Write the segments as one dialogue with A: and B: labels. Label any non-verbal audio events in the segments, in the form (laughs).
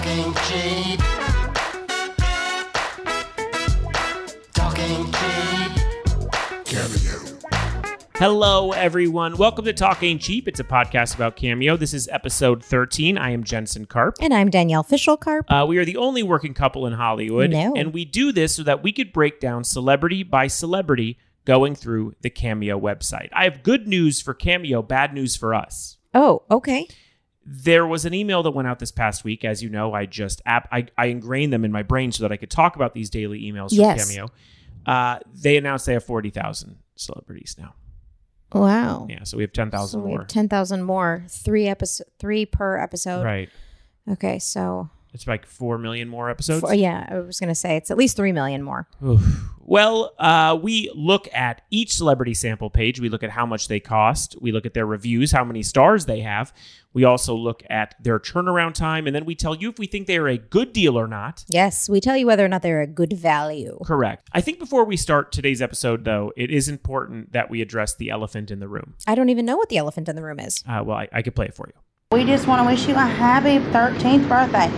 A: cheap. Talking cheap.
B: Hello, everyone. Welcome to Talking Cheap. It's a podcast about Cameo. This is episode 13. I am Jensen Karp.
C: And I'm Danielle Fischelkarp.
B: Uh, we are the only working couple in Hollywood.
C: No.
B: And we do this so that we could break down celebrity by celebrity going through the Cameo website. I have good news for Cameo, bad news for us.
C: Oh, okay.
B: There was an email that went out this past week. As you know, I just app I, I ingrained them in my brain so that I could talk about these daily emails from
C: Yes.
B: Cameo. Uh, they announced they have 40,000 celebrities now.
C: Wow.
B: Yeah, so we have 10,000
C: So we have
B: more.
C: 10,000 more. Three episode, three per episode.
B: Right.
C: Okay, so
B: It's like four million more episodes.
C: four- yeah, I was gonna say it's at least three million more.
B: Oof. Well, uh, we look at each celebrity sample page. We look at how much they cost. We look at their reviews, how many stars they have. We also look at their turnaround time, and then we tell you if we think they are a good deal or not.
C: Yes, we tell you whether or not they're a good value.
B: Correct. I think before we start today's episode, though, it is important that we address the elephant in the room.
C: I don't even know what the elephant in the room is.
B: Uh, well, I, I could play it for you.
D: We just want to wish you a happy 13th birthday.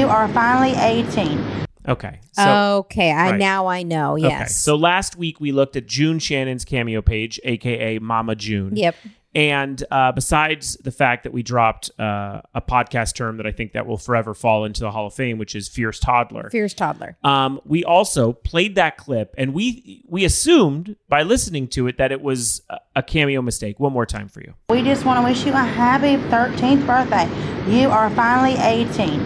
D: You are finally 18.
B: Okay. So,
C: Um, okay, I
B: right.
C: now I know.
B: okay.
C: Yes.
B: So last week we looked at June Shannon's cameo page, aka Mama June.
C: yep.
B: And uh, besides the fact that we dropped uh, a podcast term that I think that will forever fall into the Hall of Fame, which is fierce toddler.
C: Fierce toddler.
B: Um, we also played that clip, and we we assumed by listening to it that it was a- a cameo mistake. One more time for you.
D: We just want to wish you a happy 13th birthday. You are finally 18.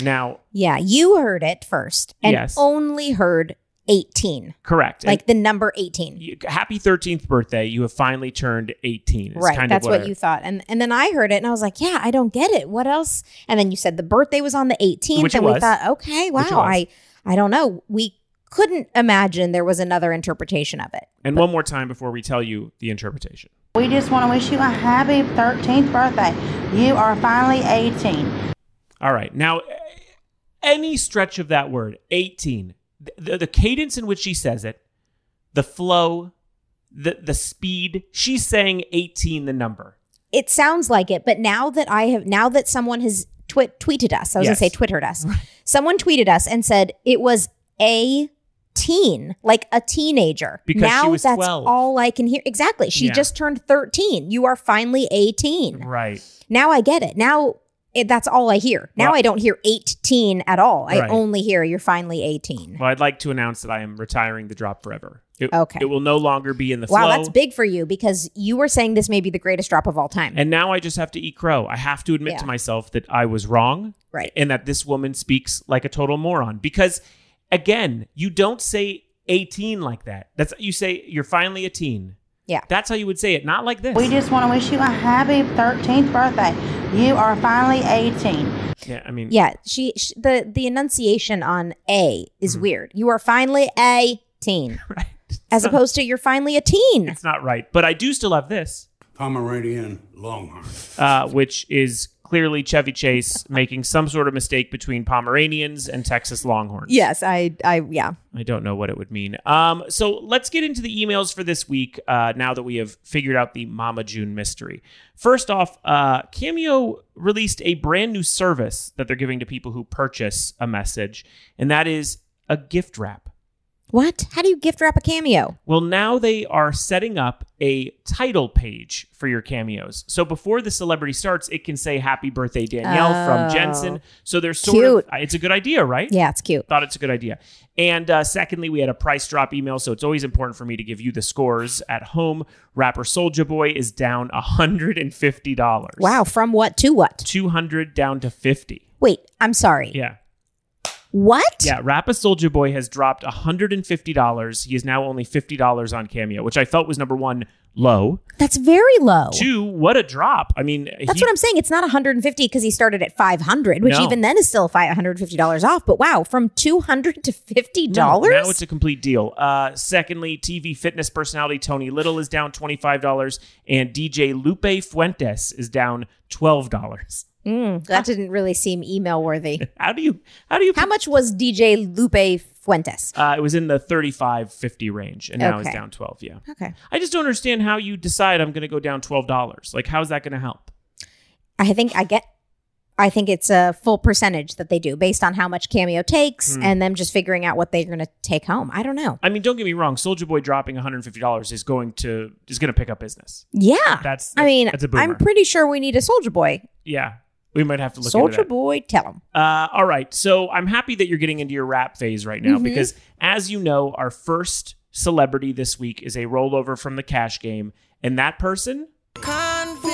B: Now,
C: Yeah, you heard it first and
B: Yes.
C: only heard 18,
B: correct.
C: like
B: And
C: the number 18.
B: you- happy thirteenth birthday! You have finally turned eighteen. is
C: right
B: kind of
C: that's what
B: I-
C: you thought and and then i heard it and i was like yeah i don't get it what else and then you said the birthday was on the 18th
B: Which it
C: and
B: was.
C: we thought okay
B: Which
C: wow
B: it was.
C: i i don't know we couldn't imagine there was another interpretation of it
B: And one more time before we tell you the interpretation.
D: We just want to wish you a happy 13th birthday. You are finally 18.
B: All right. Now, any stretch of that word, 18, the, the, the cadence in which she says it, the flow, the, the speed, she's saying 18, the number.
C: it sounds like it but now that i have now that someone has twi- tweeted us i was
B: Yes.
C: going to say twittered
B: (laughs)
C: us someone tweeted us and said it was a teen like a teenager
B: Because she
C: now
B: was
C: that's
B: 12.
C: all i can hear exactly she
B: Yeah.
C: just turned 13 you are finally 18
B: Right.
C: Now I get it. Now it, that's all I hear. Now
B: Well-
C: I don't hear 18 at all. I
B: Right.
C: only hear you're finally 18.
B: Well, I'd like to announce that I am retiring the drop forever. It,
C: Okay.
B: It will no longer be in the
C: Wow,
B: flow.
C: that's big for you because you were saying this may be the greatest drop of all time.
B: And now I just have to eat crow. I have to admit
C: Yeah.
B: to myself that I was wrong.
C: right.
B: and that this woman speaks like a total moron because again you don't say 18 like that that's you say you're finally a teen
C: Yeah.
B: that's how you would say it not like this
D: We just want to wish you a happy 13th birthday. You are finally 18.
B: yeah i mean
C: Yeah, she, sh the the enunciation on a is
B: Mhm.
C: weird. You are finally 18
B: (laughs) right
C: as opposed to you're finally a teen.
B: it's not right but i do still have this
E: Pomeranian Longhorn.
B: uh, which is clearly chevy chase making some sort of mistake between pomeranians and texas longhorns
C: Yes, I I yeah.
B: I don't know what it would mean. Um, so let's get into the emails for this week uh, now that we have figured out the Mama June mystery. First off, uh, Cameo released a brand new service that they're giving to people who purchase a message, and that is a gift wrap.
C: What? How do you gift wrap a cameo?
B: Well, now they are setting up a title page for your cameos. So before the celebrity starts, it can say Happy Birthday, Danielle from
C: Oh.
B: Jensen. So they're sort of, it's a good idea, right?
C: Yeah, it's cute.
B: thought it's a good idea. And uh, secondly, we had a price drop email, so it's always important for me to give you the scores at home. Rapper Soldier Boy is down hundred and fifty dollars.
C: Wow, from what to what?
B: two hundred down to fifty.
C: Wait, I'm sorry.
B: Yeah,
C: What?
B: yeah. Rapper Soldier Boy has dropped hundred and fifty dollars. He is now only fifty dollars on Cameo, which I felt was number one low.
C: That's very low.
B: Two, what a drop! I mean,
C: Oh. That's
B: he-
C: what I'm saying. It's not 150 because he started at 500, which
B: No.
C: even then is still $550 off. But wow, from 200 to 50
B: No,
C: dollars.
B: now it's a complete deal. Uh, secondly, TV fitness personality Tony Little is down twenty five dollars, and DJ Lupe Fuentes is down twelve dollars.
C: Hmm, that didn't really seem email worthy.
B: How do you? How do you?
C: (laughs) How much was DJ Lupe Fuentes?
B: uh, it was in the 35 50 range and now it's
C: Okay.
B: down 12 yeah
C: Okay,
B: i just don't understand how you decide i'm going to go down $12 like how's that going to help
C: I think I get. I think it's a full percentage that they do based on how much Cameo takes
B: Hmm.
C: and them just figuring out what they're going to take home. I don't know.
B: I mean, don't get me wrong. Soldier Boy dropping one hundred and fifty dollars is going to is going to pick up business.
C: Yeah.
B: That's
C: I mean,
B: that's a boomer.
C: I'm pretty sure we need a Soldier Boy.
B: yeah, we might have to look. into
C: Soldier
B: that.
C: Boy, tell him.
B: Uh, all right. So I'm happy that you're getting into your rap phase right now
C: Mhm.
B: because, as you know, our first celebrity this week is a rollover from the cash game. And that person,
A: Convict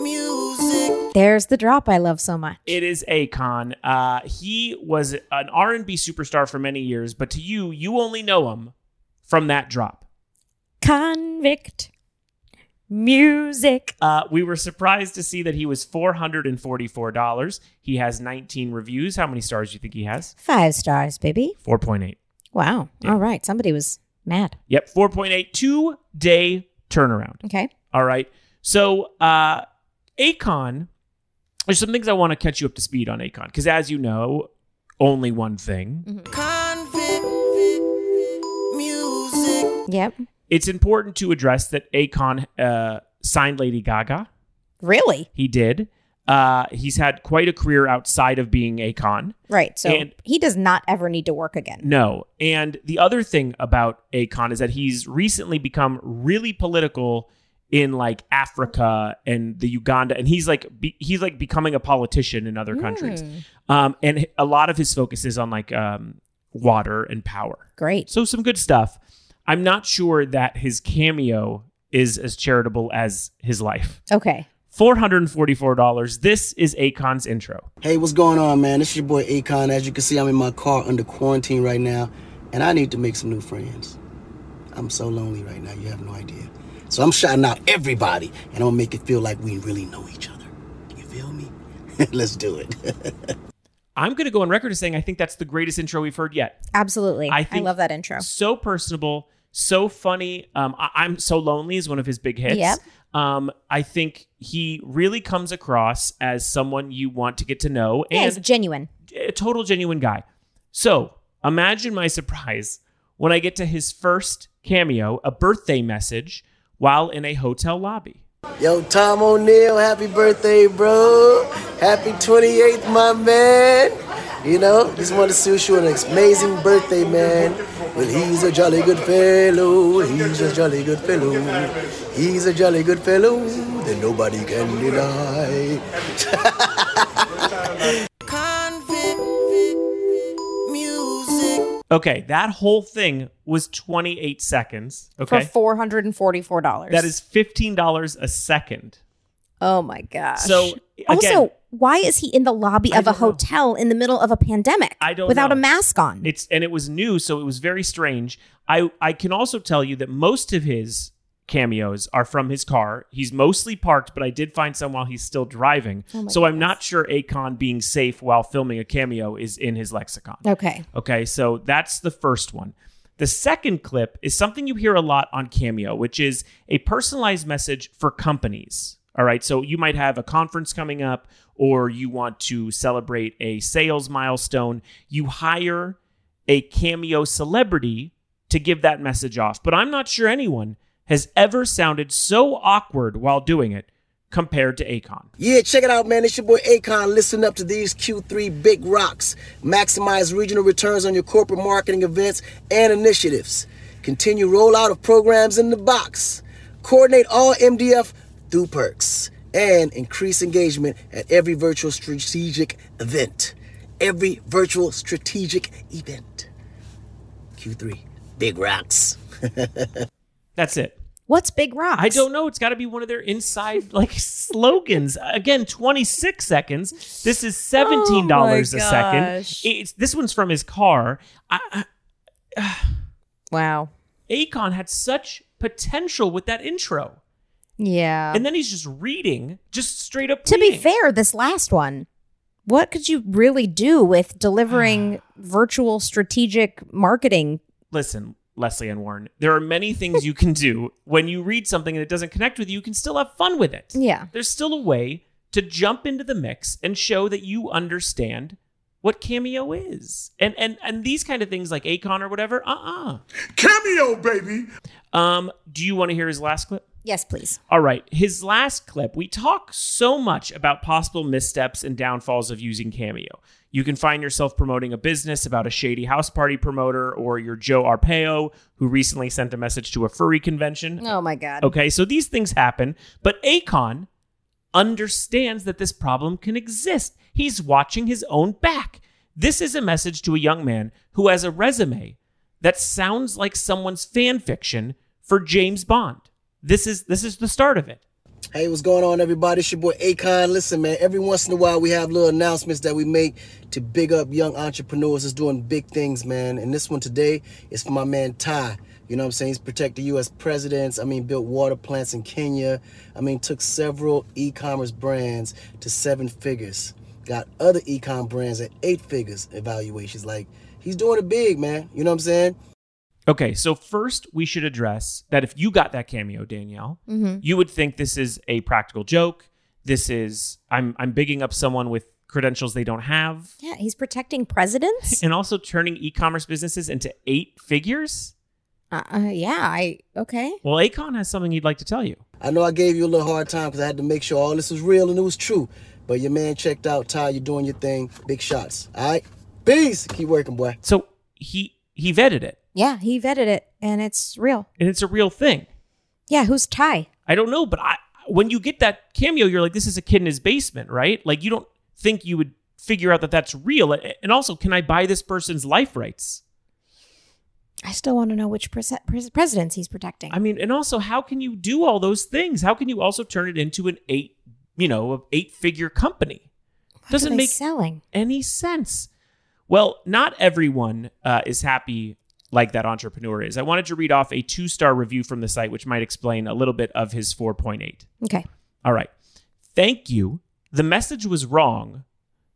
A: music.
C: There's the drop I love so much.
B: it is Akon. Uh, he was an R&B superstar for many years, but to you, you only know him from that drop.
C: Convict music.
B: Uh, we were surprised to see that he was $444. He has 19 reviews. How many stars do you think he has?
C: Five stars, baby.
B: 4.8.
C: Wow. All right. Somebody was mad.
B: Yep, 4.8. Two day turnaround.
C: Okay.
B: All right. So uh Akon, there's some things I want to catch you up to speed on Akon, because as you know, only one thing.
A: Convict music.
C: Yep.
B: It's important to address that Akon uh, signed Lady Gaga.
C: Really?
B: He did. Uh, he's had quite a career outside of being Akon.
C: Right. So
B: And-
C: he does not ever need to work again.
B: No. And the other thing about Akon is that he's recently become really political in like Africa and the Uganda, and he's like be- he's like becoming a politician in other countries.
C: Mm,
B: Um, and a lot of his focus is on like um, water and power.
C: great.
B: So some good stuff. I'm not sure that his cameo is as charitable as his life.
C: Okay.
B: $444. This is Akon's intro.
F: Hey, what's going on, man? This is your boy Akon. As you can see, I'm in my car under quarantine right now, and I need to make some new friends. I'm so lonely right now, you have no idea. So I'm shouting out everybody, and I'm gonna make it feel like we really know each other. You feel me? (laughs) Let's do it. (laughs)
B: I'm going to go on record as saying I think that's the greatest intro we've heard yet.
C: Absolutely.
B: I
C: I,
B: think-
C: love that intro.
B: So personable, so funny. Um, I- I'm so lonely is one of his big hits.
C: Yep.
B: Um, I think he really comes across as someone you want to get to know.
C: Yeah,
B: and
C: it's genuine.
B: a total genuine guy. So imagine my surprise when I get to his first cameo, a birthday message, while in a hotel lobby.
F: Yo, Tom O'Neill, happy birthday, bro. Happy 28th, my man. You know, just want to wish you an amazing birthday, man. Well, he's a jolly good fellow. He's a jolly good fellow. He's a jolly good fellow that nobody can deny.
A: Convict music.
B: Okay, that whole thing was 28 seconds. Okay.
C: For $444.
B: that is $15 a second.
C: Oh my gosh.
B: So, again-
C: also, why is he in the lobby
B: I
C: of a
B: don't know.
C: hotel in the middle of a pandemic
B: I don't
C: without
B: know.
C: a mask on?
B: It's and it was new, so it was very strange. I I can also tell you that most of his cameos are from his car. He's mostly parked, but I did find some while he's still driving.
C: Oh my
B: so I'm not sure Akon being safe while filming a cameo is in his lexicon.
C: okay.
B: Okay, so that's the first one. The second clip is something you hear a lot on Cameo, which is a personalized message for companies. All right, so you might have a conference coming up or you want to celebrate a sales milestone. You hire a Cameo celebrity to give that message off. But I'm not sure anyone has ever sounded so awkward while doing it compared to Akon.
F: Yeah, check it out, man. It's your boy Akon. Listen up to these Q3 big rocks. Maximize regional returns on your corporate marketing events and initiatives. Continue rollout of programs in the box. Coordinate all MDF through perks. And increase engagement at every virtual strategic event. Every virtual strategic event. Q3 big rocks.
B: That's it.
C: What's Big Rock?
B: I don't know. It's got to be one of their inside like slogans. Again, 26 seconds. This is $17 a second.
C: Oh gosh.
B: It's, this one's from his car. I, I,
C: Wow.
B: Akon had such potential with that intro.
C: Yeah.
B: And then he's just reading, just straight up.
C: to be
B: reading.
C: fair, this last one, what could you really do
B: (sighs)
C: with delivering virtual strategic marketing?
B: listen, Leslie and Warren, there are many things you can do when you read something and it doesn't connect with you. You can still have fun with it.
C: Yeah.
B: There's still a way to jump into the mix and show that you understand what cameo is. And and and these kind of things like Akon or whatever, uh-uh.
E: Cameo, baby!
B: Um, do you want to hear his last clip?
C: Yes, please.
B: All right. His last clip, we talk so much about possible missteps and downfalls of using Cameo. You can find yourself promoting a business about a shady house party promoter or your Joe Arpaio, who recently sent a message to a furry convention.
C: Oh my God.
B: Okay, so these things happen, but Akon understands that this problem can exist. He's watching his own back. This is a message to a young man who has a resume that sounds like someone's fan fiction for James Bond. This is this is the start of it.
F: Hey, what's going on, everybody? It's your boy Akon. Listen, man, every once in a while we have little announcements that we make to big up young entrepreneurs that's doing big things, man. And this one today is for my man Ty. You know what I'm saying? He's protected U.S. presidents. I mean, built water plants in Kenya. I mean, took several e commerce brands to seven figures. Got other e com brands at eight figures evaluations. Like, he's doing it big, man. You know what I'm saying?
B: Okay, so first we should address that if you got that cameo, Danielle, you would think this is a practical joke. This is I'm I'm bigging up someone with credentials they don't have,
C: Yeah, he's protecting
B: (laughs)
C: presidents.
B: and also turning e-commerce businesses into eight figures.
C: Uh, uh, yeah, I okay.
B: Well, Akon has something he'd like to tell you.
F: I know I gave you a little hard time because I had to make sure all this was real and it was true. But your man checked out, Ty. You're doing your thing. Big shots. All right. Peace. Keep working, boy.
B: So he he vetted it,
C: Yeah, he vetted it, and it's real.
B: and it's a real thing.
C: Yeah, who's Ty?
B: I don't know, but I when you get that cameo, you're like, this is a kid in his basement, right? Like you don't think you would figure out that that's real. And also, can I buy this person's life rights?
C: I still want to know which pres- pres- presidents he's protecting.
B: I mean, and also, how can you do all those things? How can you also turn it into an eight, you know, eight figure company?
C: What are
B: Doesn't
C: they
B: make
C: selling.
B: any sense. Well, not everyone uh, is happy like that entrepreneur is. I wanted to read off a two star review from the site, which might explain a little bit of his 4.8.
C: Okay.
B: All right. Thank you. The message was wrong.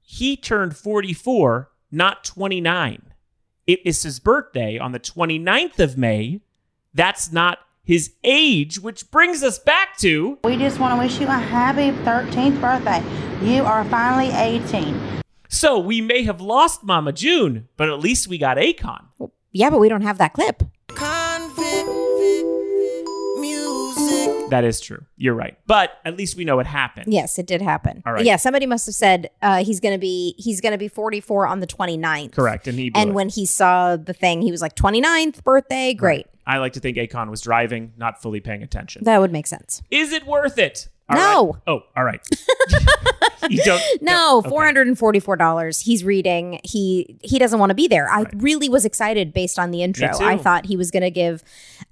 B: He turned 44, not 29. It is his birthday on the 29th of May. That's not his age, which brings us back to
D: We just want to wish you a happy 13th birthday. You are finally 18.
B: so we may have lost Mama June, but at least we got Akon.
C: Yeah, but we don't have that clip.
A: Convict music.
B: That is true. You're right. But at least we know what happened.
C: Yes, it did happen.
B: All right.
C: Yeah, somebody must have said uh, he's going to be he's going to be 44 on the 29th.
B: Correct. And he blew
C: And
B: it.
C: when he saw the thing, he was like 29th birthday. Great.
B: I like to think Akon was driving, not fully paying attention.
C: That would make sense.
B: Is it worth it? All
C: No.
B: right. Oh, all
C: (laughs)
B: right. (laughs) you don't
C: No,
B: okay.
C: four hundred and forty-four dollars. He's reading. He he doesn't want to be there. I really was excited based on the intro.
B: too.
C: I thought he was going to give.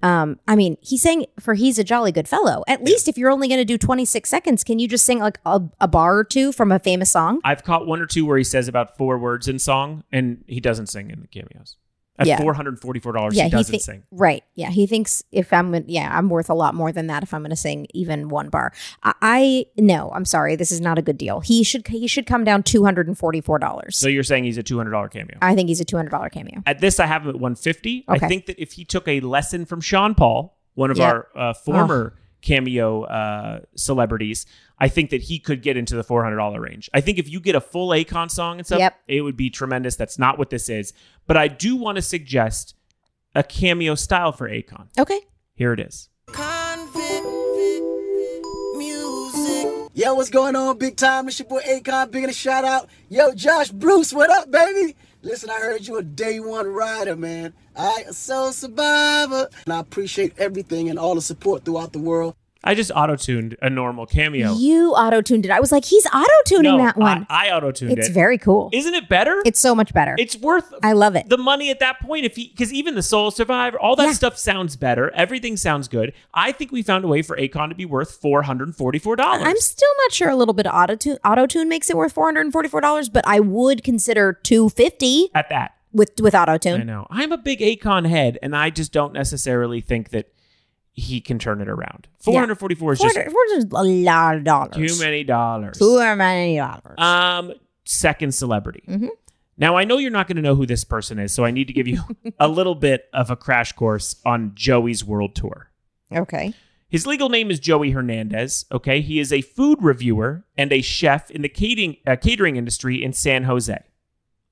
C: Um, I mean, he's saying for he's a jolly good fellow. At least if you're only going to do twenty-six seconds, can you just sing like a, a bar or two from a famous song?
B: I've caught one or two where he says about four words in song, and he doesn't sing in the cameos. At
C: Yeah.
B: four hundred forty-four dollars, he
C: he
B: doesn't
C: thi-
B: sing.
C: Right. Yeah, he thinks if I'm gonna- yeah I'm worth a lot more than that if I'm going to sing even one bar. I, I no, I'm sorry, this is not a good deal. He should he should come down two hundred and forty-four dollars.
B: So you're saying he's a two hundred dollar cameo?
C: I think he's a two hundred dollar cameo.
B: at this, I have him at one fifty. I
C: Okay.
B: think that if he took a lesson from Sean Paul, one of
C: Yeah.
B: our uh, former cameo uh, celebrities, I think that he could get into the four hundred dollar range. I think if you get a full Akon song and stuff,
C: Yep.
B: it would be tremendous. That's not what this is, but I do want to suggest a cameo style for Akon.
C: Okay.
B: Here it is.
A: Convict music.
F: Yo, what's going on, big time? It's your boy Akon. Big and a shout out. Yo, Josh Bruce, what up, baby? Listen, I heard you a day one rider, man. All right, a soul survivor. And I appreciate everything and all the support throughout the world.
B: I just auto tuned a normal cameo.
C: You auto tuned it. I was like, he's auto tuning
B: no,
C: that one.
B: I, I auto tuned it.
C: it's very cool.
B: Isn't it better?
C: It's so much better.
B: it's worth
C: I love it.
B: the money at that point if he because even the soul survivor all that
C: Yeah.
B: stuff sounds better everything sounds good i think we found a way for akon to be worth $444
C: I'm still not sure a little bit of auto tune auto tune makes it worth four hundred and forty four dollars, but I would consider two fifty
B: at that
C: with with auto
B: i
C: tune.
B: know i'm a big akon head and i just don't necessarily think that he can turn it around 444 is
C: Four
B: just
C: hundred is a lot of dollars.
B: too many dollars
C: Too many dollars.
B: um second celebrity
C: Mhm.
B: now i know you're not going to know who this person is so i need to give
C: (laughs)
B: you a little bit of a crash course on joey's world tour
C: okay.
B: His legal name is Joey Hernandez. Okay, he is a food reviewer and a chef in the catering uh, catering industry in San Jose.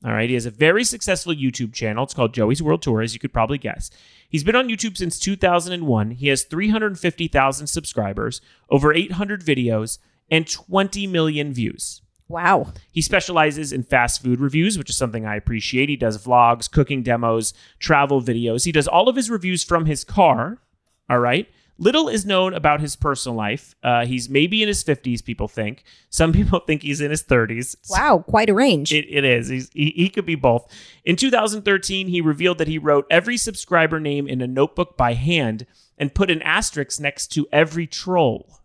B: All right. He has a very successful YouTube channel. It's called Joey's World Tour, as you could probably guess. He's been on YouTube since 2001. He has 350,000 subscribers, over 800 videos, and 20 million views.
C: Wow.
B: He specializes in fast food reviews, which is something I appreciate. He does vlogs, cooking demos, travel videos. He does all of his reviews from his car. All right. Little is known about his personal life. Uh, he's maybe in his 50s, people think. Some (laughs) people think he's in his 30s.
C: Wow. Quite a range.
B: It, it is. He's, he, he could be both. In 2013, he revealed that he wrote every subscriber name in a notebook by hand and put an asterisk next to every troll.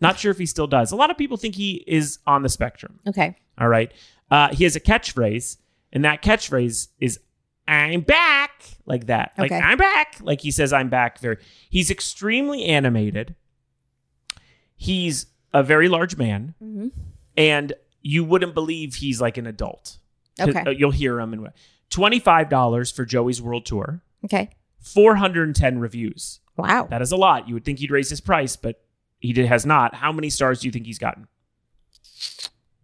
B: Not sure if he still does. A lot of people think he is on the spectrum.
C: okay.
B: All right. Uh, he has a catchphrase, and that catchphrase is "I'm back" like that. Like
C: Okay.
B: I'm back. Like he says, "I'm back." Very. He's extremely animated. He's a very large man,
C: Mhm.
B: and you wouldn't believe he's like an adult.
C: Okay.
B: Uh, You'll hear him and twenty five dollars for Joey's World Tour,
C: Okay.
B: four hundred and ten reviews.
C: Wow.
B: That is a lot. You would think he'd raise his price, but he did, has not. How many stars do you think he's gotten?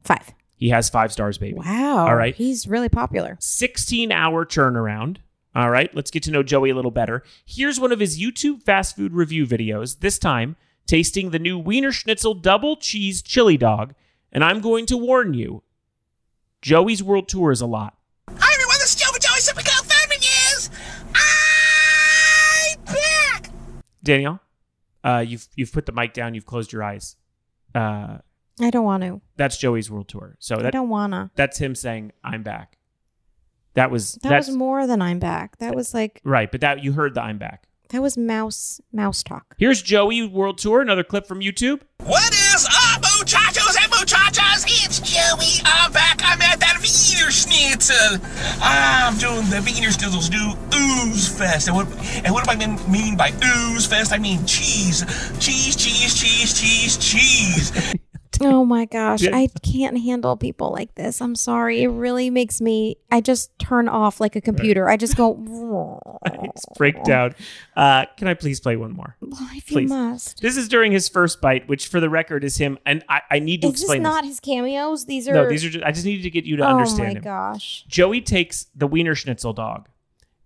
C: Five.
B: He has five stars, baby.
C: Wow.
B: All right.
C: He's really popular.
B: 16 hour turnaround. All right, let's get to know Joey a little better. Here's one of his YouTube fast food review videos, this time tasting the new Wiener Schnitzel double cheese chili dog. And I'm going to warn you Joey's World Tour is a lot.
A: I don't know what the stupid Joey Supergirl Thurman is. I'm back.
B: Danielle, uh, you've, you've put the mic down, you've closed your eyes. Uh,
C: I don't want to.
B: that's Joey's World Tour. So
C: I
B: that,
C: don't wanna.
B: that's him saying, I'm back. That was,
C: That
B: that's
C: was more than I'm back. That was like
B: right, but that you heard the I'm back.
C: that was mouse mouse talk.
B: Here's Joey World Tour, another clip from YouTube.
A: What is up, muchachos and muchachas? It's Joey. I'm back. I'm at that Wiener Schnitzel. I'm doing the Wiener Schnitzel's new Ooze Fest. And what, and what do I mean, mean by Ooze Fest? I mean cheese. Cheese, cheese, cheese, cheese, cheese.
C: Oh my gosh,
B: (laughs) Yeah. (laughs)
C: I can't handle people like this. I'm sorry. It really makes me. I just turn off like a computer. I
B: (laughs)
C: just go.
B: It's
C: Oh.
B: breakdown. Uh, can I please play one more?
C: Life you
B: Please.
C: must.
B: This is during his first bite, which for the record is him. And I, I need to
C: Is this
B: explain
C: not his cameos? These are.
B: this. No, these are. Just, I just needed to get you to
C: oh
B: understand
C: my
B: him.
C: gosh.
B: Joey takes the Wiener Schnitzel dog,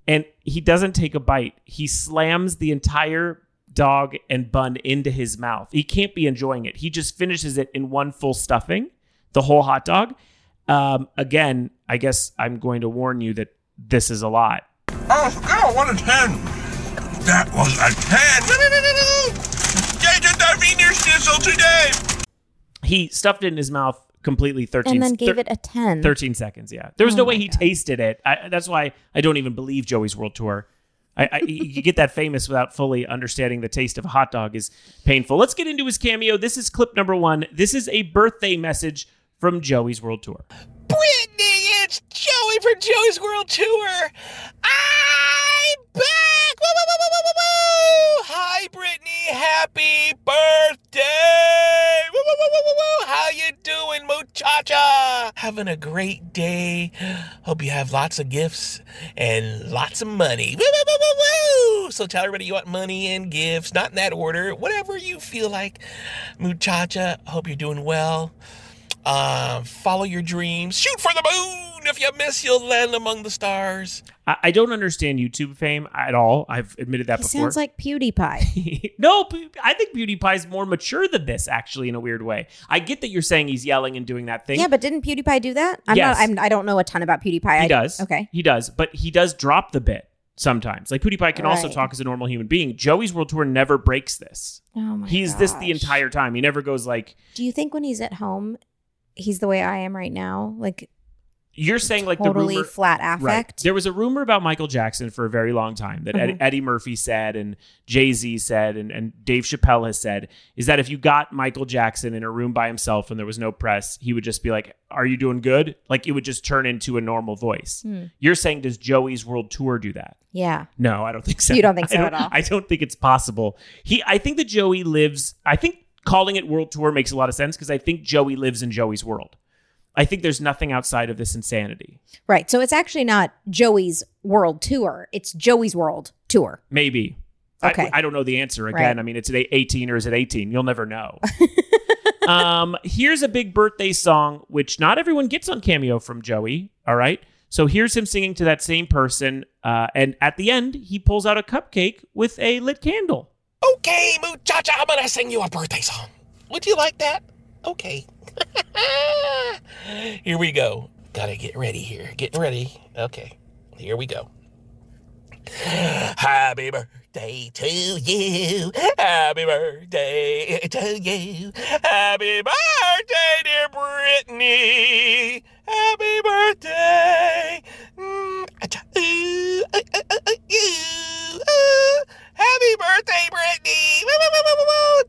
B: and he doesn't take a bite. He slams the entire dog and bun into his mouth. He can't be enjoying it. He just finishes it in one full stuffing, the whole hot dog. Um, again, I guess I'm going to warn you that this is a lot.
A: Oh, girl, what a 10. That was a (laughs) 10. They did the Wiener Schnitzel today.
B: He stuffed it in his mouth completely. Thirteen.
C: And then gave
B: thir-
C: it a ten.
B: 13 seconds. Yeah. There was no
C: Mm-hmm. Oh
B: way
C: my
B: he
C: God.
B: tasted it. I, that's why I don't even believe Joey's World Tour. I, I, you get that famous without fully understanding the taste of a hot dog is painful. Let's get into his cameo. This is clip number one. This is a birthday message from Joey's World Tour.
A: Brittany, it's Joey from Joey's World Tour. I'm back. Woo, woo, woo, woo, woo, woo, woo. Hi, Brittany. Happy birthday. Woo, woo, woo, woo, woo, woo. How you doing, muchacha? Having a great day. Hope you have lots of gifts and lots of money. Woo, woo, woo, woo, woo. So tell everybody you want money and gifts, not in that order. Whatever you feel like, muchacha. Hope you're doing well. Uh, follow your dreams. Shoot for the moon. If you miss, you'll land among the stars.
B: I, I don't understand YouTube fame at all. I've admitted that
C: He
B: before.
C: sounds like PewDiePie.
B: (laughs) no, P- I think PewDiePie is more mature than this, actually, in a weird way. I get that you're saying he's yelling and doing that thing.
C: yeah, but didn't PewDiePie do that? I'm
B: Yes.
C: not. I'm, I don't know a ton about PewDiePie.
B: He
C: I,
B: does.
C: Okay.
B: He does, but he does drop the bit sometimes. Like PewDiePie can also
C: Right.
B: talk as a normal human being. Joey's World Tour never breaks this.
C: Oh my.
B: He's this the
C: gosh.
B: entire time. He never goes like
C: Do you think when he's at home, he's the way I am right now? Like
B: you're saying like
C: totally
B: the rumor.
C: flat
B: Right.
C: affect.
B: There was a rumor about Michael Jackson for a very long time that Ed-
C: Mhm.
B: Eddie Murphy said and Jay Z said and, and Dave Chappelle has said is that if you got Michael Jackson in a room by himself and there was no press, he would just be like, Are you doing good? Like it would just turn into a normal voice.
C: Hmm.
B: You're saying, Does Joey's World Tour do that?
C: Yeah.
B: No, I don't think so.
C: You don't think
B: (laughs)
C: so
B: I
C: at all?
B: I don't think it's possible. He, I think that Joey lives. I think calling it world tour makes a lot of sense because I think Joey lives in Joey's world. I think there's nothing outside of this insanity.
C: Right. So it's actually not Joey's World Tour. It's Joey's World Tour.
B: Maybe.
C: Okay.
B: I, I don't know the answer. Again,
C: Right.
B: I mean, it's at 18 or is it 18? You'll never
C: (laughs)
B: know. um, here's a big birthday song, which not everyone gets on Cameo from Joey. All right. So here's him singing to that same person. Uh, and at the end, he pulls out a cupcake with a lit candle.
A: Okay, muchacha, I'm gonna sing you a birthday song. Would you like that? Okay. (laughs) here we go. Gotta get ready here. Getting ready. Okay. Here we go. Happy birthday to you. Happy birthday to you. Happy birthday, dear Brittany. Happy birthday mm, to you. Uh, uh, uh, uh, you. Uh, Happy birthday, Brittany. Woo, woo, woo, woo, woo, woo.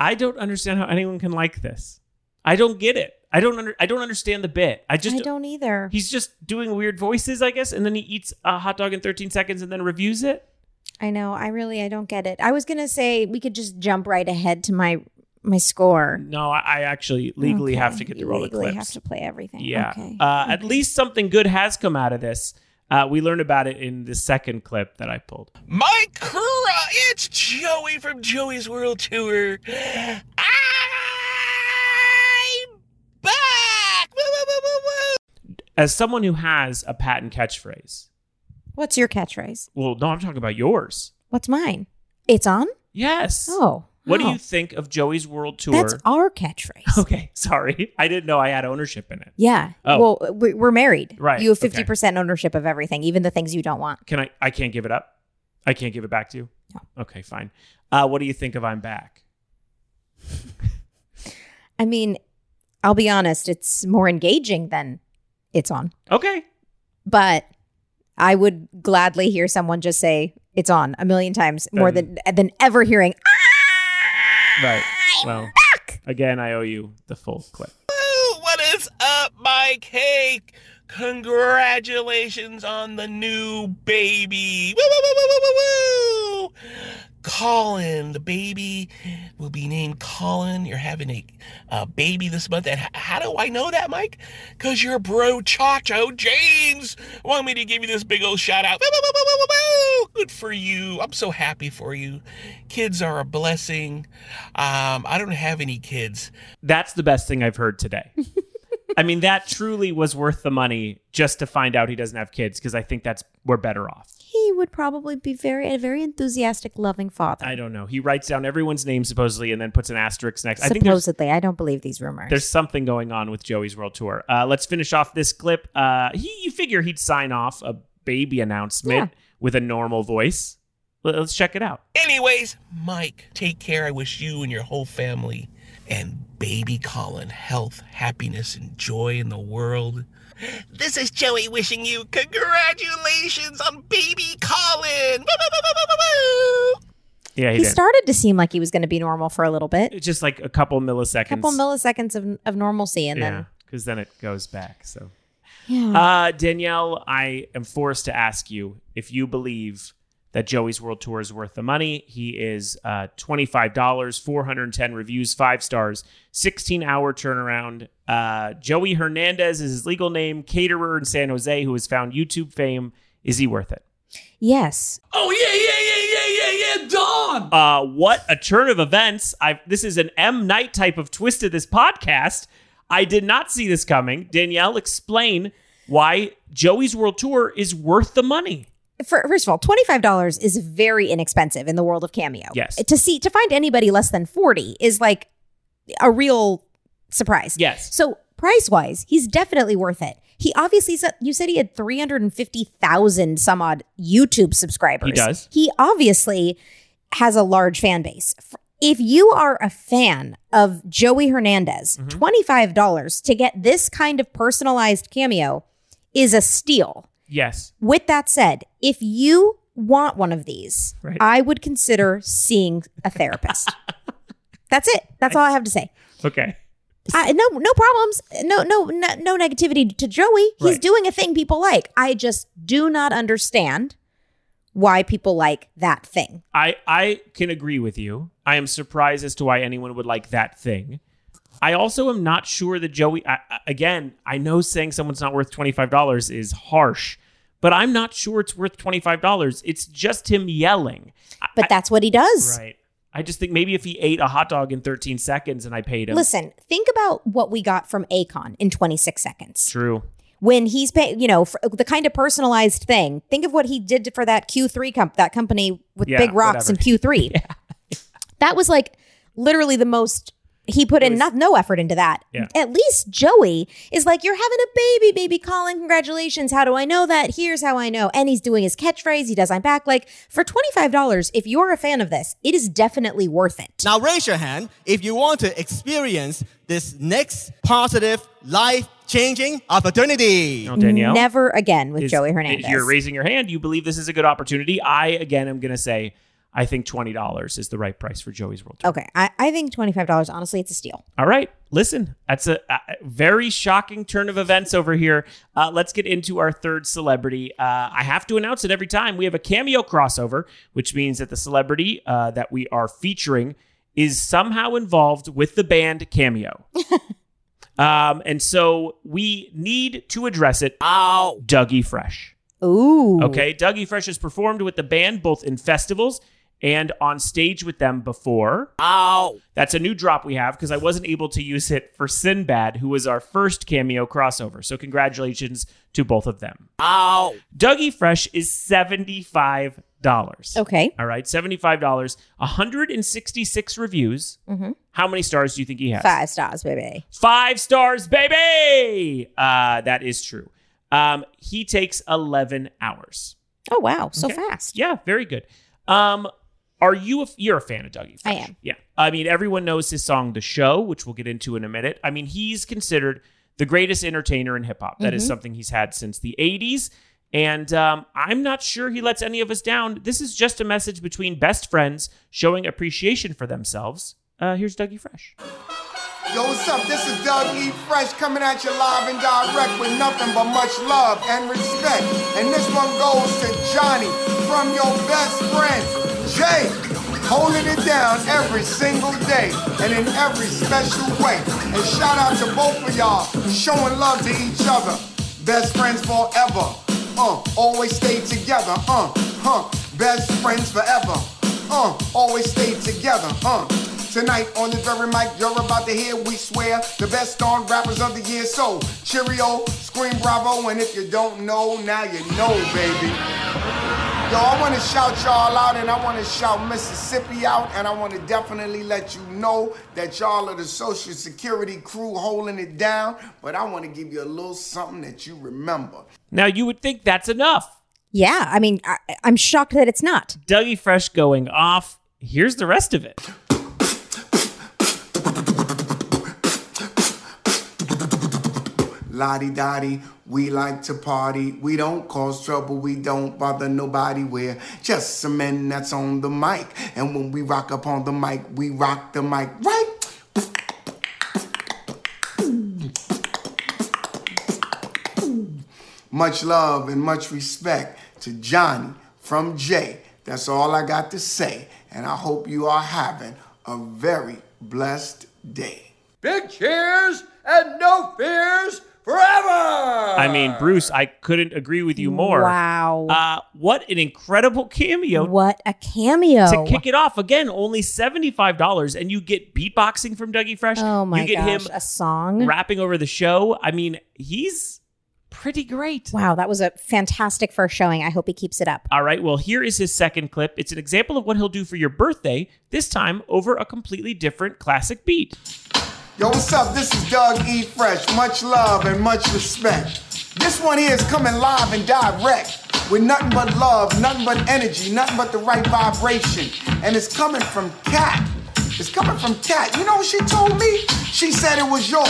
B: I don't understand how anyone can like this. I don't get it. I don't under, I don't understand the bit. I just
C: I don't either.
B: he's just doing weird voices, I guess, and then he eats a hot dog in 13 seconds and then reviews it.
C: I know. I really I don't get it. I was gonna say we could just jump right ahead to my my score.
B: No, I, I actually legally
C: Okay.
B: have to get
C: You
B: through all the
C: legally
B: clips.
C: Have to play everything.
B: Yeah.
C: Okay.
B: Uh, At least something good has come out of this. Uh, we learn about it in the second clip that I pulled.
A: My Kura, it's Joey from Joey's World Tour. I'm back! Woo, woo, woo, woo, woo.
B: As someone who has a patent catchphrase,
C: What's your catchphrase?
B: well, no, I'm talking about yours.
C: What's mine? It's on.
B: Yes.
C: Oh.
B: What
C: oh.
B: do you think of Joey's World Tour?
C: That's our catchphrase.
B: okay, (laughs) sorry. I didn't know I had ownership in it.
C: Yeah.
B: Oh.
C: Well, we- we're married.
B: Right.
C: You have
B: Okay.
C: fifty percent ownership of everything, even the things you don't want.
B: Can I? I can't give it up. I can't give it back to you.
C: No.
B: Okay, fine. Uh, what do you think of I'm back?
C: I mean, I'll be honest. It's more engaging than it's on,
B: Okay.
C: but I would gladly hear someone just say it's on a million times more than than ever hearing. "Ah!"
B: Right. Well, again, I owe you the full clip.
A: Woo, What is up, my cake? Congratulations on the new baby. Woo, woo, woo, woo, woo, woo, woo. Colin, the baby will be named Colin. You're having a, a baby this month. And h- how do I know that, Mike? Because your bro Chacho James wanted me to give you this big old shout out. Woo, woo, woo, woo, woo, woo, woo. Good for you. I'm so happy for you. Kids are a blessing. Um, I don't have any kids.
B: That's the best thing I've heard today. I mean, that truly was worth the money just to find out he doesn't have kids because I think that's we're better off.
C: He would probably be very a very enthusiastic, loving father.
B: I don't know. He writes down everyone's name supposedly and then puts an asterisk next. I think there's
C: Supposedly, I don't believe these rumors.
B: there's something going on with Joey's World Tour. Uh, let's finish off this clip. Uh, he, you figure he'd sign off a baby announcement with a normal voice. Let- Let's check it out.
A: Anyways, Mike, take care. I wish you and your whole family and baby Colin health, happiness, and joy in the world. This is Joey wishing you congratulations on baby Colin. Woo, woo, woo, woo, woo, woo, woo.
B: Yeah, he,
C: he
B: did.
C: started to seem like he was going to be normal for a little bit,
B: It's just like a couple milliseconds.
C: a couple milliseconds of, of normalcy, and
B: yeah,
C: then
B: because then it goes back. So.
C: yeah.
B: Uh, Danielle, I am forced to ask you if you believe that Joey's World Tour is worth the money. He is uh, $25, 410 reviews, five stars, 16 hour turnaround. Uh, Joey Hernandez is his legal name, caterer in San Jose who has found YouTube fame. Is he worth it?
C: yes,
G: Oh yeah, yeah, yeah, yeah, yeah, yeah, Dawn.
B: Uh, what a turn of events. I've, this is an M. Night type of twist to this podcast. I did not see this coming. Danielle, explain why Joey's World Tour is worth the money.
C: Fir- first of all, twenty five dollars is very inexpensive in the world of Cameo.
B: Yes.
C: to see to find anybody less than forty is like a real surprise.
B: Yes.
C: So price wise, he's definitely worth it. He obviously said you said he had three hundred and fifty thousand some odd YouTube subscribers.
B: He does.
C: He obviously has a large fan base. F- If you are a fan of Joey Hernandez,
B: Mm-hmm.
C: five dollars to get this kind of personalized cameo is a steal.
B: Yes.
C: With that said, if you want one of these,
B: Right.
C: I would consider seeing
B: (laughs)
C: a therapist. That's it. That's all I have to say.
B: Okay.
C: I, no, no problems. No, no, no, no negativity to Joey. He's
B: Right.
C: doing a thing people like. I just do not understand why people like that thing.
B: I I can agree with you. I am surprised as to why anyone would like that thing. I also am not sure that Joey. I, I- again, I know saying someone's not worth twenty five dollars is harsh, but I'm not sure it's worth twenty five dollars. It's just him yelling.
C: But that's what he does.
B: Right. I just think maybe if he ate a hot dog in thirteen seconds and I paid him.
C: Listen, think about what we got from Akon in 26 seconds.
B: True.
C: when he's paying, you know, for the kind of personalized thing. Think of what he did for that Q3 comp, that company with
B: Yeah,
C: big rocks
B: whatever. (laughs)
C: and Q3. That was like literally the most he put in not, no effort into that.
B: Yeah.
C: At least Joey is like, You're having a baby, baby Colin. Congratulations. How do I know that? Here's how I know. And he's doing his catchphrase. He does I'm back. Like for $25, if you're a fan of this, it is definitely worth it.
H: Now raise your hand if you want to experience this next positive, life-changing opportunity.
B: Oh, Danielle.
C: Never again with
B: is-
C: Joey
B: if
C: Hernandez.
B: You're raising your hand. You believe this is a good opportunity. I again am going to say I think twenty dollars is the right price for Joey's World. Tour.
C: Okay, I, I think twenty five dollars. Honestly, it's a steal.
B: All right, listen, that's a, a very shocking turn of events over here. Uh, let's get into our third celebrity. Uh, I have to announce it every time. We have a cameo crossover, which means that the celebrity uh, that we are featuring is somehow involved with the band Cameo. um, and so we need to address it. Ow. Dougie Fresh.
C: Ooh.
B: Okay, Dougie Fresh has performed with the band both in festivals and on stage with them before. Ow. That's a new drop we have because I wasn't able to use it for Sinbad, who was our first cameo crossover. So congratulations to both of them. Ow. Dougie Fresh is $75.
C: Okay.
B: All right, $75, 166 reviews.
C: Mhm.
B: How many stars do you think he has?
C: Five stars, baby.
B: Five stars, baby. Uh, that is true. Um, he takes 11 hours.
C: Oh wow, so
B: Okay.
C: fast.
B: Yeah, very good. Um, are you a, you're a fan of Dougie? Fresh.
C: I am.
B: Yeah, I mean everyone knows his song "The Show," which we'll get into in a minute. I mean he's considered the greatest entertainer in hip hop. That is
C: Mhm.
B: something he's had since the '80s, and um, I'm not sure he lets any of us down. This is just a message between best friends showing appreciation for themselves. Uh, here's Dougie Fresh.
I: Yo, what's up? This is Doug E. Fresh coming at you live and direct with nothing but much love and respect. And this one goes to Johnny from your best friend, Jay. Holding it down every single day and in every special way. And shout out to both of y'all showing love to each other. Best friends forever. Uh, always stay together. Uh, huh. Best friends forever uh, always stay together, uh. Tonight on this very mic, you're about to hear, we swear, the best darn rappers of the year. So, cheerio, scream bravo, and if you don't know, now you know, baby. Yo, I want to shout y'all out and I want to shout Mississippi out and I want to definitely let you know that y'all are the Social Security crew holding it down, but I want to give you a little something that you remember.
B: Now you would think that's enough.
C: Yeah, I mean, I, I'm shocked that it's not.
B: Dougie Fresh going off. Here's the rest of it.
I: Lottie dottie, we like to party. We don't cause trouble, we don't bother nobody. We're just some men that's on the mic. And when we rock up on the mic, we rock the mic, right? Much love and much respect to Johnny from Jay. That's all I got to say. And I hope you are having a very blessed day.
G: Big cheers and no fears forever.
B: I mean, Bruce, I couldn't agree with you more.
C: Wow.
B: Uh, what an incredible cameo
C: what a cameo.
B: to kick it off. Again, only $75, and you get beatboxing from Dougie Fresh.
C: oh my
B: You get
C: gosh,
B: him
C: a song.
B: rapping over the show. I mean, he's pretty great.
C: wow, that was a fantastic first showing. I hope he keeps it up.
B: All right, well, here is his second clip. It's an example of what he'll do for your birthday, this time over a completely different classic beat.
I: Yo, what's up? This is Doug E. Fresh. Much love and much respect. This one here is coming live and direct with nothing but love, nothing but energy, nothing but the right vibration. And it's coming from Kat. It's coming from Kat. You know what she told me? She said it was your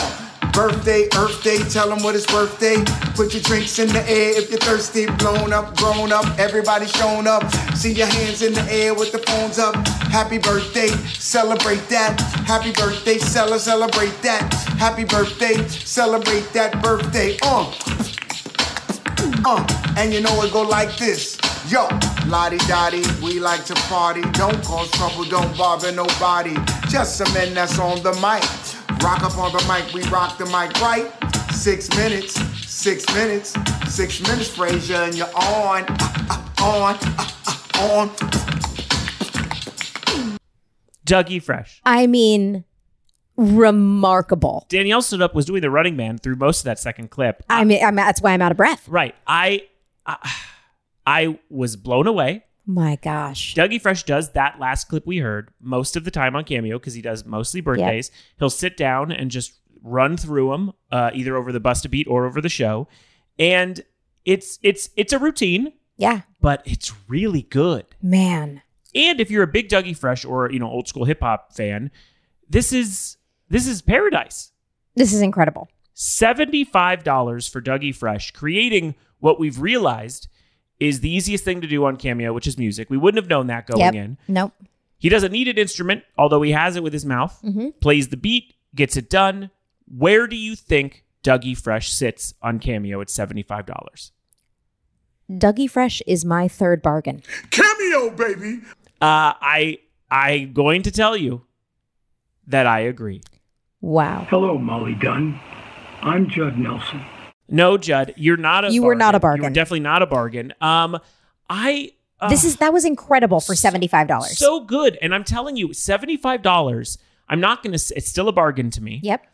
I: birthday, Earth Day. Tell them what it's birthday. Put your drinks in the air if you're thirsty. Blown up, grown up, everybody shown up. See your hands in the air with the phones up. Happy birthday, celebrate that. Happy birthday, cele- celebrate that. Happy birthday, celebrate that birthday. Uh. Uh, and you know it go like this. Yo, lottie dottie, we like to party. Don't cause trouble, don't bother nobody. Just some men that's on the mic. Rock up on the mic, we rock the mic right. Six minutes, six minutes, six minutes, Frazier, and you're on, uh, uh, on, uh, uh, on.
B: Dougie Fresh.
C: I mean, remarkable.
B: Danielle stood up, was doing the running man through most of that second clip.
C: I mean, I'm, that's why I'm out of breath.
B: Right. I, I, I was blown away.
C: My gosh.
B: Dougie Fresh does that last clip we heard most of the time on Cameo because he does mostly birthdays. He'll sit down and just run through them, uh, either over the Bust a Beat or over the show, and it's it's it's a routine,
C: Yeah,
B: but it's really good.
C: man.
B: And if you're a big Dougie Fresh or you know old school hip hop fan, this is this is paradise.
C: This is incredible.
B: $75 for Dougie Fresh, creating what we've realized is the easiest thing to do on Cameo, which is music. We wouldn't have known that going
C: Yep.
B: in.
C: Nope.
B: He doesn't need an instrument, although he has it with his mouth,
C: Mm-hmm.
B: plays the beat, gets it done. Where do you think Dougie Fresh sits on Cameo at $75?
C: Dougie Fresh is my third bargain.
I: Cameo, baby.
B: Uh, I I'm going to tell you that I agree.
C: Wow.
E: Hello, Molly Dunn. I'm Judd Nelson.
B: No, Judd, you're not a
C: You were not a
B: You were
C: bargain.
B: definitely not a bargain. Um I uh,
C: this is that was incredible for $75.
B: so good. And I'm telling you, $75, I'm not going to, it's still a bargain to me,
C: yep.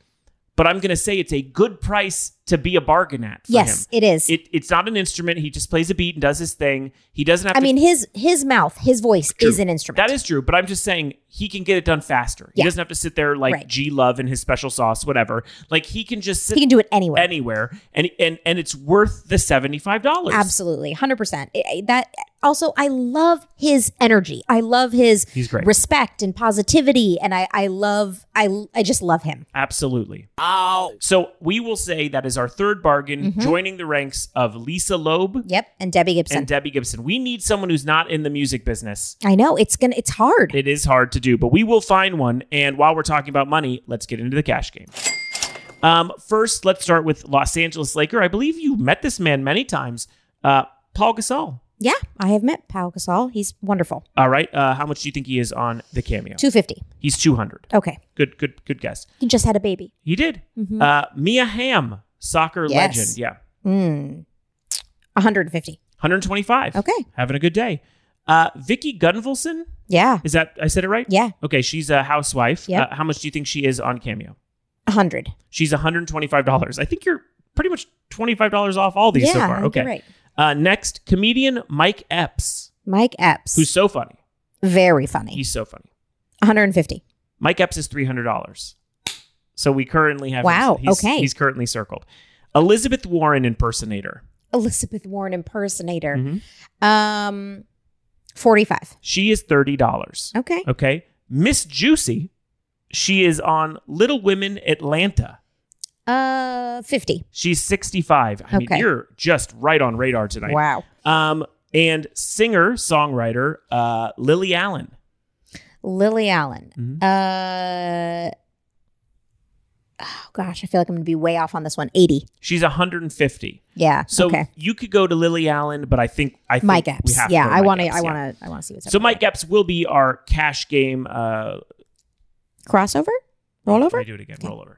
B: but I'm going to say it's a good price to be a bargain at for
C: Yes,
B: him.
C: it is.
B: It, it's not an instrument. He just plays a beat and does his thing. He doesn't have
C: I
B: to.
C: mean, his his mouth, his voice is an instrument.
B: that is true, but I'm just saying he can get it done faster. He
C: Yeah.
B: doesn't have to sit there like
C: Right.
B: G Love in his special sauce, whatever. Like he can just sit
C: he can do it anywhere.
B: anywhere, and and and it's worth the seventy five dollars.
C: Absolutely, hundred percent. That also, I love his energy. I love his
B: He's great.
C: respect and positivity, and I, I love, I, I just love him.
B: Absolutely. So we will say that is our third bargain, joining the ranks of Lisa Loeb
C: Yep, and Debbie Mm-hmm. Gibson.
B: and Debbie Gibson. We need someone who's not in the music business.
C: I know it's gonna, it's hard.
B: It is hard to do, but we will find one. And while we're talking about money, let's get into the cash game. Um, first, let's start with Los Angeles Laker. I believe you met this man many times, uh, Paul Gasol.
C: yeah, I have met Pau Gasol. He's wonderful.
B: All right, uh, how much do you think he is on the cameo?
C: Two fifty.
B: He's two hundred.
C: Okay,
B: Good, good, good guess.
C: he just had a baby.
B: He did. Uh, Mia Hamm, soccer
C: Mm-hmm. Yes.
B: legend. Yeah,
C: Mm. One hundred and fifty.
B: 125.
C: Okay.
B: Having a good day. Uh, Vicky Gunvalson,
C: Yeah.
B: is that, I said it right?
C: Yeah.
B: Okay, she's a housewife.
C: Yep.
B: Uh, how much do you think she is on Cameo?
C: hundred.
B: She's $125. I think you're pretty much $25 off all these
C: Yeah,
B: so
C: I
B: far.
C: think
B: Okay.
C: you're right.
B: Uh, next, comedian Mike Epps,
C: Mike Epps.
B: who's so funny.
C: very funny.
B: He's so funny.
C: One hundred and fifty.
B: Mike Epps is $300. So we currently have.
C: Wow,
B: he's-
C: okay.
B: He's currently circled. Elizabeth Warren impersonator.
C: Elizabeth Warren impersonator.
B: Mhm.
C: Um, forty-five.
B: She is $30.
C: Okay.
B: Okay. Miss Juicy, she is on Little Women Atlanta.
C: Uh, fifty.
B: She's 65. I mean,
C: Okay.
B: you're just right on radar tonight.
C: Wow.
B: Um, and singer, songwriter, uh, Lily Allen.
C: Lily Allen.
B: Mhm.
C: Uh, oh gosh, I feel like I'm going to be way off on this one. 80.
B: She's 150.
C: Yeah.
B: So
C: okay.
B: you could go to Lily Allen, but I think I think
C: Mike
B: we
C: Epps.
B: have to
C: Yeah,
B: go
C: I
B: Mike
C: want to.
B: Epps,
C: I
B: yeah.
C: want to. I want to see what's up.
B: So
C: with
B: Mike
C: that.
B: Epps will be our cash game. Uh,
C: crossover,
B: Let me
C: rollover.
B: do it again. Rollover.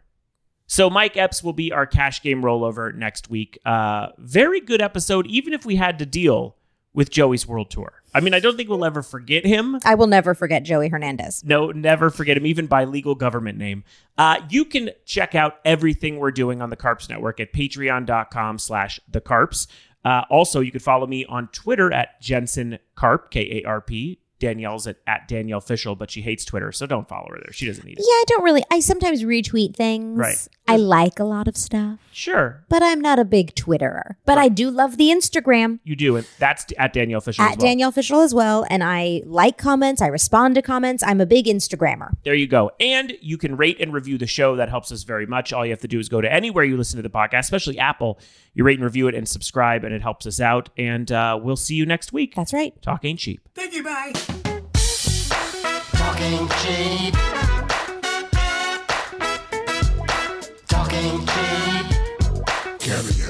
B: So Mike Epps will be our cash game rollover next week. Uh, very good episode, even if we had to deal with Joey's World Tour. I mean, I don't think we'll ever forget him.
C: I will never forget Joey Hernandez.
B: No, never forget him, even by legal government name. Uh, you can check out everything we're doing on the Carps Network at patreon.com slash the Carps. Uh, also, you can follow me on Twitter at Jensen Carp, K-A-R-P. Danielle's at, at Danielle Fishel, but she hates Twitter, so don't follow her there. She doesn't need
C: Yeah,
B: it.
C: I don't really. I sometimes retweet things.
B: Right.
C: I like a lot of stuff,
B: Sure,
C: but I'm not a big Twitterer. But I do love the Instagram.
B: you do. And that's at Danielle Fishel as
C: At
B: well.
C: Danielle Fishel as well, and I like comments. I respond to comments. I'm a big Instagrammer.
B: There you go. And you can rate and review the show. That helps us very much. All you have to do is go to anywhere you listen to the podcast, especially Apple. You rate and review it and subscribe, and it helps us out. And uh, we'll see you next week.
C: That's right.
B: Talk ain't cheap.
E: Thank you, bye.
G: Talking cheap. Talking cheap.
E: Cameo.